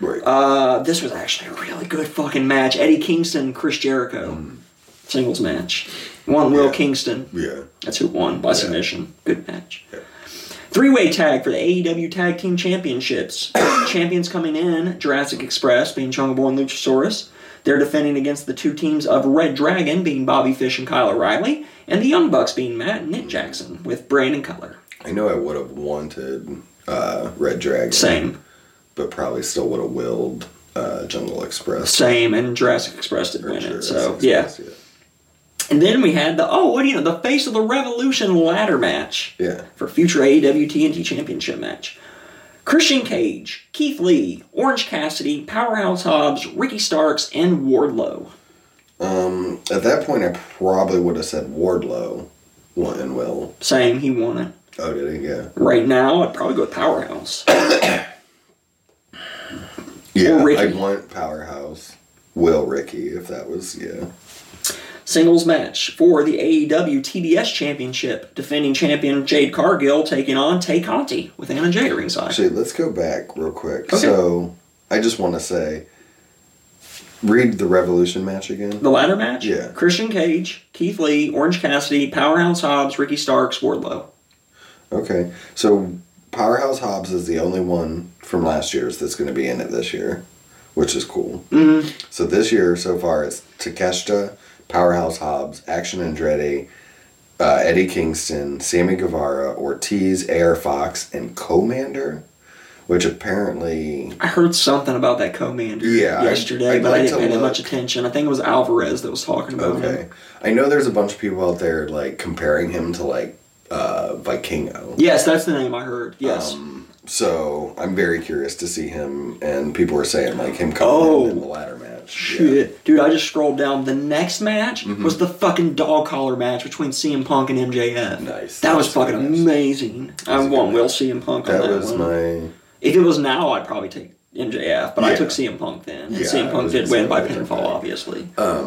Speaker 1: Right.
Speaker 2: Uh, this was actually a really good fucking match. Eddie Kingston, Chris Jericho, singles match. One Will
Speaker 1: Mm. Yeah.
Speaker 2: Kingston.
Speaker 1: yeah.
Speaker 2: That's who won by submission. Good match.
Speaker 1: Yeah.
Speaker 2: Three way tag for the AEW Tag Team Championships. Champions coming in Jurassic Express, being Jungle Boy and Luchasaurus. They're defending against the two teams of Red Dragon, being Bobby Fish and Kyle O'Reilly, and the Young Bucks, being Matt and Nick Jackson, with Brandon Cutler.
Speaker 1: I know I would have wanted uh, Red Dragon.
Speaker 2: Same.
Speaker 1: But probably still would have willed uh, Jungle Express.
Speaker 2: Same, and Jurassic Express did
Speaker 1: Or
Speaker 2: win it.
Speaker 1: Jurassic
Speaker 2: So, yeah.
Speaker 1: Express,
Speaker 2: And then we had the oh, what do you know, the face of the revolution ladder match
Speaker 1: yeah. Yeah.
Speaker 2: for future E AEW TNT Championship match. Christian Cage, Keith Lee, Orange Cassidy, Powerhouse Hobbs, Ricky Starks, and Wardlow.
Speaker 1: Um, at that point, I probably would have said Wardlow won and will.
Speaker 2: Saying he won it.
Speaker 1: Oh, did he? Yeah.
Speaker 2: Right now, I'd probably go with Powerhouse.
Speaker 1: Yeah.
Speaker 2: Or Ricky.
Speaker 1: I want Powerhouse. Will Ricky, if that was, yeah.
Speaker 2: Singles match for the E AEW TBS Championship. Defending champion Jade Cargill taking on Tay Conti with Anna Jay at ringside.
Speaker 1: Actually, let's go back real quick.
Speaker 2: Okay.
Speaker 1: So, I just want to say read the Revolution match again.
Speaker 2: The ladder match?
Speaker 1: Yeah.
Speaker 2: Christian Cage, Keith Lee, Orange Cassidy, Powerhouse Hobbs, Ricky Starks, Wardlow.
Speaker 1: Okay. So, Powerhouse Hobbs is the only one from last year's that's going to be in it this year, which is cool.
Speaker 2: Mm,
Speaker 1: So this year so far, it's Takeshita, Powerhouse Hobbs, Action Andretti, uh, Eddie Kingston, Sammy Guevara, Ortiz, Air Fox, and Commander, which apparently
Speaker 2: I heard something about that commander
Speaker 1: Yeah, I-
Speaker 2: yesterday,
Speaker 1: I'd
Speaker 2: but I
Speaker 1: like
Speaker 2: didn't
Speaker 1: to
Speaker 2: pay that
Speaker 1: look.
Speaker 2: much attention. I think it was Alvarez that was talking about
Speaker 1: okay.
Speaker 2: him.
Speaker 1: I know there's a bunch of people out there like comparing him to like uh, Vikingo.
Speaker 2: Yes, that's the name I heard. Yes.
Speaker 1: Um, so I'm very curious to see him, and people are saying like him coming
Speaker 2: Oh.
Speaker 1: in, in the ladder match. Yeah.
Speaker 2: Shit. Dude, I just scrolled down. The next match
Speaker 1: Mm-hmm.
Speaker 2: was the fucking dog collar match between CM Punk and MJF.
Speaker 1: Nice.
Speaker 2: That
Speaker 1: That
Speaker 2: was,
Speaker 1: was a
Speaker 2: fucking
Speaker 1: good match.
Speaker 2: amazing. I
Speaker 1: was a
Speaker 2: want
Speaker 1: good
Speaker 2: Will CM Punk on
Speaker 1: That
Speaker 2: that
Speaker 1: was
Speaker 2: one.
Speaker 1: my
Speaker 2: If it was now, I'd probably take MJF, but I
Speaker 1: Yeah.
Speaker 2: took CM Punk then. And
Speaker 1: Yeah,
Speaker 2: CM
Speaker 1: I
Speaker 2: Punk
Speaker 1: was
Speaker 2: did
Speaker 1: gonna
Speaker 2: win
Speaker 1: say
Speaker 2: by
Speaker 1: I took
Speaker 2: pinfall,
Speaker 1: that.
Speaker 2: obviously.
Speaker 1: Uh,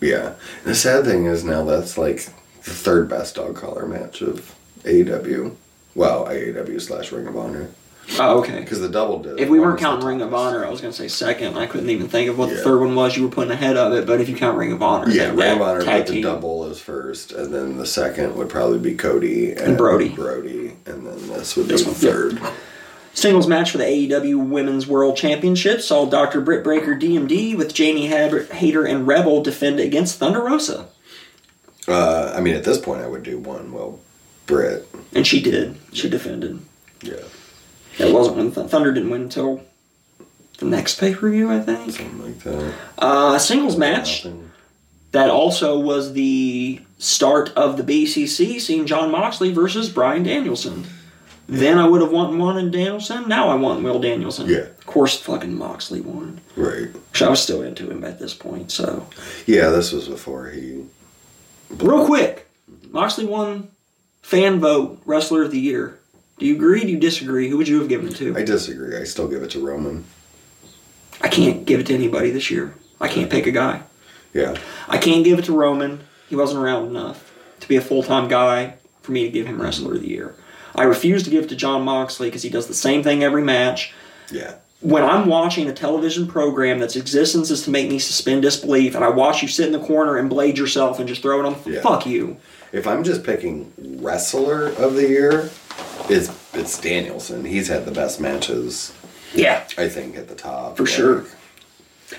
Speaker 1: Yeah. The sad thing is now that's like the third best dog collar match of AEW. Well, AEW slash Ring of Honor.
Speaker 2: oh, okay.
Speaker 1: Because the double did.
Speaker 2: If we
Speaker 1: One
Speaker 2: weren't
Speaker 1: was the
Speaker 2: counting Ring of
Speaker 1: toughest.
Speaker 2: Honor, I was going to say second. I couldn't even think of what the
Speaker 1: Yeah.
Speaker 2: third one was you were putting ahead of it, but if you count Ring of Honor,
Speaker 1: Yeah,
Speaker 2: then
Speaker 1: Ring of
Speaker 2: that
Speaker 1: Honor
Speaker 2: tag
Speaker 1: put the
Speaker 2: team-
Speaker 1: double as first, and then the second would probably be Cody and,
Speaker 2: Brody.
Speaker 1: Brody, and then this would be
Speaker 2: This
Speaker 1: the
Speaker 2: one, yeah.
Speaker 1: third.
Speaker 2: Singles match for the AEW Women's World Championship saw Dr. Britt Breaker DMD with Jamie Hab- Hayter and Rebel defend against Thunder Rosa.
Speaker 1: Uh, I mean, at this point, I would do one. Well, Britt.
Speaker 2: And she did. She defended.
Speaker 1: Yeah.
Speaker 2: It wasn't when Th- Thunder didn't win until the next pay per view, I think.
Speaker 1: Something like that.
Speaker 2: Uh, singles match
Speaker 1: Nothing.
Speaker 2: that also was the start of the BCC, seeing John Moxley versus Brian Danielson. Then I would have wanted one in Danielson. Now I want Will Danielson.
Speaker 1: Yeah.
Speaker 2: Of course, fucking Moxley won.
Speaker 1: Right.
Speaker 2: Which I was still into him at this point, so.
Speaker 1: Yeah, this was before he.
Speaker 2: Real quick, Moxley won fan vote wrestler of the year. Do you agree? Do you disagree? Who would you have given it to?
Speaker 1: I
Speaker 2: I,
Speaker 1: disagree. I still give it to Roman.
Speaker 2: can't give it to anybody this year. I can't pick a guy.
Speaker 1: Yeah.
Speaker 2: I can't give it to Roman. He wasn't around enough to be a full time guy for me to give him wrestler of the year. I refuse to give it to John Moxley because he does the same thing every match.
Speaker 1: Yeah.
Speaker 2: when I'm watching a television program that's existence is to make me suspend disbelief, and I watch you sit in the corner and blade yourself and just throw it on,
Speaker 1: Yeah.
Speaker 2: fuck you.
Speaker 1: If I'm just picking wrestler of the year, it's it's Danielson. He's had the best matches,
Speaker 2: Yeah,
Speaker 1: I think, at the top.
Speaker 2: for sure.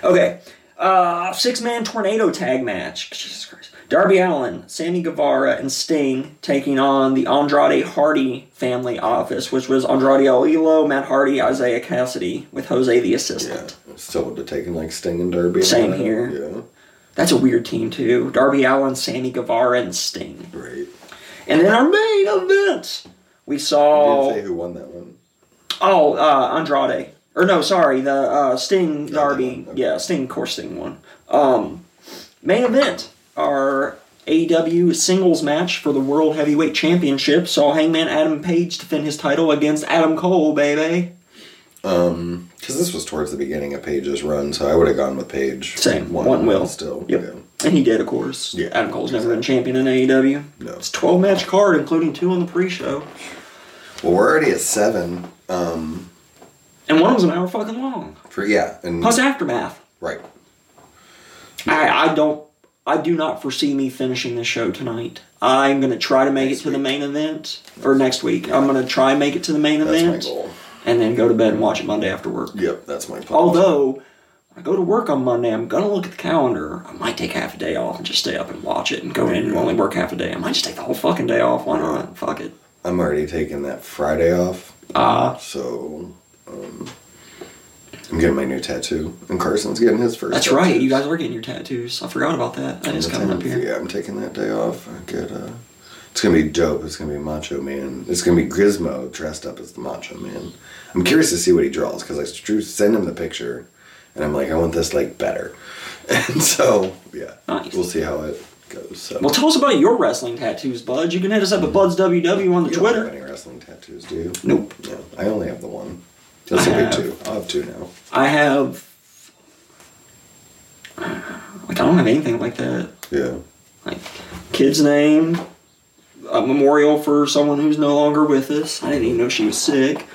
Speaker 2: Okay, uh, six man tornado tag match. Jesus Christ. Darby Allen, Sammy Guevara, and Sting taking on the Andrade Hardy family office, which was Andrade Alilo, Matt Hardy, Isaiah Cassidy, with Jose the
Speaker 1: Yeah.
Speaker 2: assistant.
Speaker 1: Still would have taken like Sting and Derby.
Speaker 2: Same here.
Speaker 1: Yeah.
Speaker 2: That's a weird team, too. Darby Allen, Sammy Guevara, and Sting.
Speaker 1: Right.
Speaker 2: And then our main event, we
Speaker 1: Didn't
Speaker 2: saw
Speaker 1: say who won that one.
Speaker 2: oh uh, Andrade or no, sorry, the uh, Sting Darby,
Speaker 1: one, okay.
Speaker 2: yeah, Sting, of course, Sting won. Um, main event our AEW singles match for the World Heavyweight Championship saw Hangman Adam Page defend his title against Adam Cole, baby.
Speaker 1: Because this was towards the beginning of Page's run, so I would have gone with Page.
Speaker 2: Same one will
Speaker 1: still.
Speaker 2: Yep.
Speaker 1: Yeah.
Speaker 2: And he did, of course.
Speaker 1: Yeah,
Speaker 2: Adam Cole's never been champion in AEW.
Speaker 1: No.
Speaker 2: It's a twelve match card, including two on the pre-show,
Speaker 1: Well, we're already at seven. um,
Speaker 2: and one was an hour fucking long.
Speaker 1: For yeah, and
Speaker 2: Plus aftermath.
Speaker 1: right.
Speaker 2: I, I don't I do not foresee me finishing the show tonight. I'm gonna try to make it to the main event or next week. I'm gonna try and make it to the main
Speaker 1: That's my
Speaker 2: event.
Speaker 1: goal.
Speaker 2: And then go to bed and watch it Monday after work.
Speaker 1: Yep, that's my plan.
Speaker 2: Although when I go to work on Monday, I'm gonna look at the calendar. I might take half a day off and just stay up and watch it and go in and only work half a day. I might just take the whole fucking day off. Why not? Fuck it.
Speaker 1: I'm already taking that Friday off,
Speaker 2: Uh
Speaker 1: so um, I'm getting my new tattoo, and Carson's getting his first.
Speaker 2: that's right. You guys are getting your tattoos. I forgot about that. That is
Speaker 1: tattoo.
Speaker 2: coming up here.
Speaker 1: Yeah, I'm taking that day off. I get uh, it's gonna be dope. It's gonna be Macho Man. It's gonna be Gizmo dressed up as the Macho Man. I'm curious to see what he draws because I drew send him the picture, and I'm like, I want this like better, and so yeah,
Speaker 2: Nice.
Speaker 1: we'll see how it goes. So.
Speaker 2: Well, tell us about your wrestling tattoos, Bud. You can hit us up at Bud's WW on the
Speaker 1: You don't
Speaker 2: Twitter.
Speaker 1: have any wrestling tattoos, do you?
Speaker 2: Nope.
Speaker 1: No, I only have the one. That's
Speaker 2: I
Speaker 1: okay
Speaker 2: have-
Speaker 1: two. I'll have two now.
Speaker 2: I have like I don't have anything like that.
Speaker 1: Yeah.
Speaker 2: Like kid's name, a memorial for someone who's no longer with us. I didn't even know she was sick.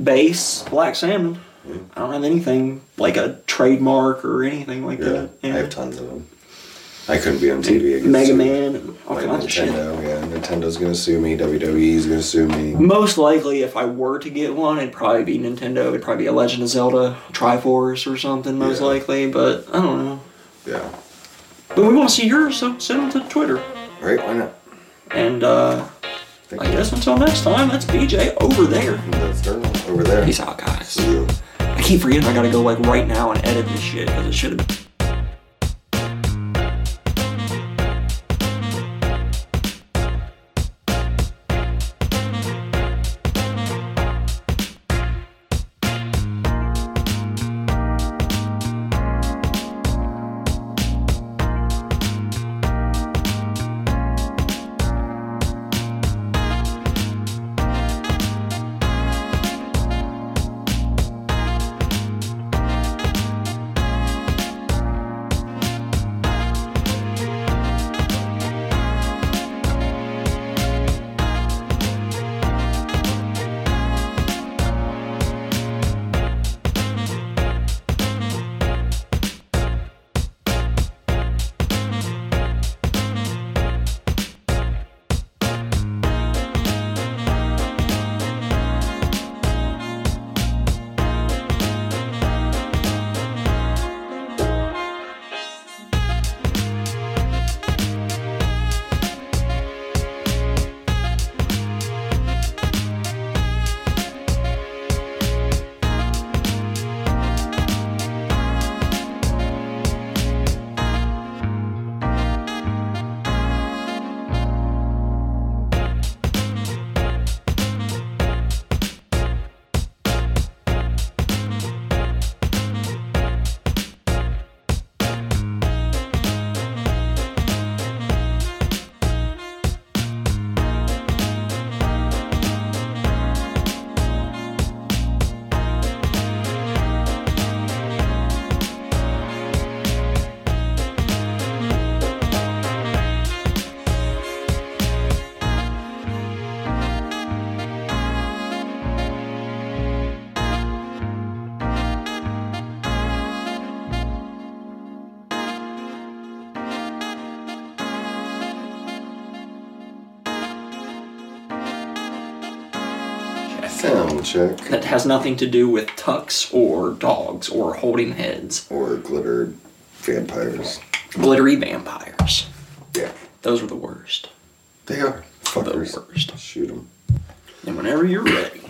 Speaker 2: Base black salmon. I don't have anything like a trademark or anything like
Speaker 1: Yeah.
Speaker 2: that.
Speaker 1: I have tons of them. I couldn't be on TV against
Speaker 2: Mega
Speaker 1: you.
Speaker 2: Man, all
Speaker 1: Like
Speaker 2: kinds of shit.
Speaker 1: Nintendo, yeah. Nintendo's gonna sue me. WWE's gonna sue me.
Speaker 2: Most likely, if I were to get one, it'd probably be Nintendo. It'd probably be a Legend of Zelda, Triforce, or something. Most
Speaker 1: Yeah.
Speaker 2: likely, but I don't know.
Speaker 1: Yeah.
Speaker 2: But we want to see yours, so send them to Twitter.
Speaker 1: Right? Why not?
Speaker 2: And uh,
Speaker 1: Thank
Speaker 2: I
Speaker 1: you.
Speaker 2: guess until next time, that's BJ over there.
Speaker 1: That's Sterling over there.
Speaker 2: Peace out, guys.
Speaker 1: See you.
Speaker 2: I keep forgetting I gotta go like right now and edit this shit because it should have.
Speaker 1: Adrenaline check
Speaker 2: that has nothing to do with tucks or dogs or holding heads.
Speaker 1: or glitter vampires.
Speaker 2: Glittery vampires.
Speaker 1: Yeah,
Speaker 2: Those were the worst.
Speaker 1: they are
Speaker 2: The
Speaker 1: fuckers.
Speaker 2: worst.
Speaker 1: Shoot them.
Speaker 2: And whenever you're ready,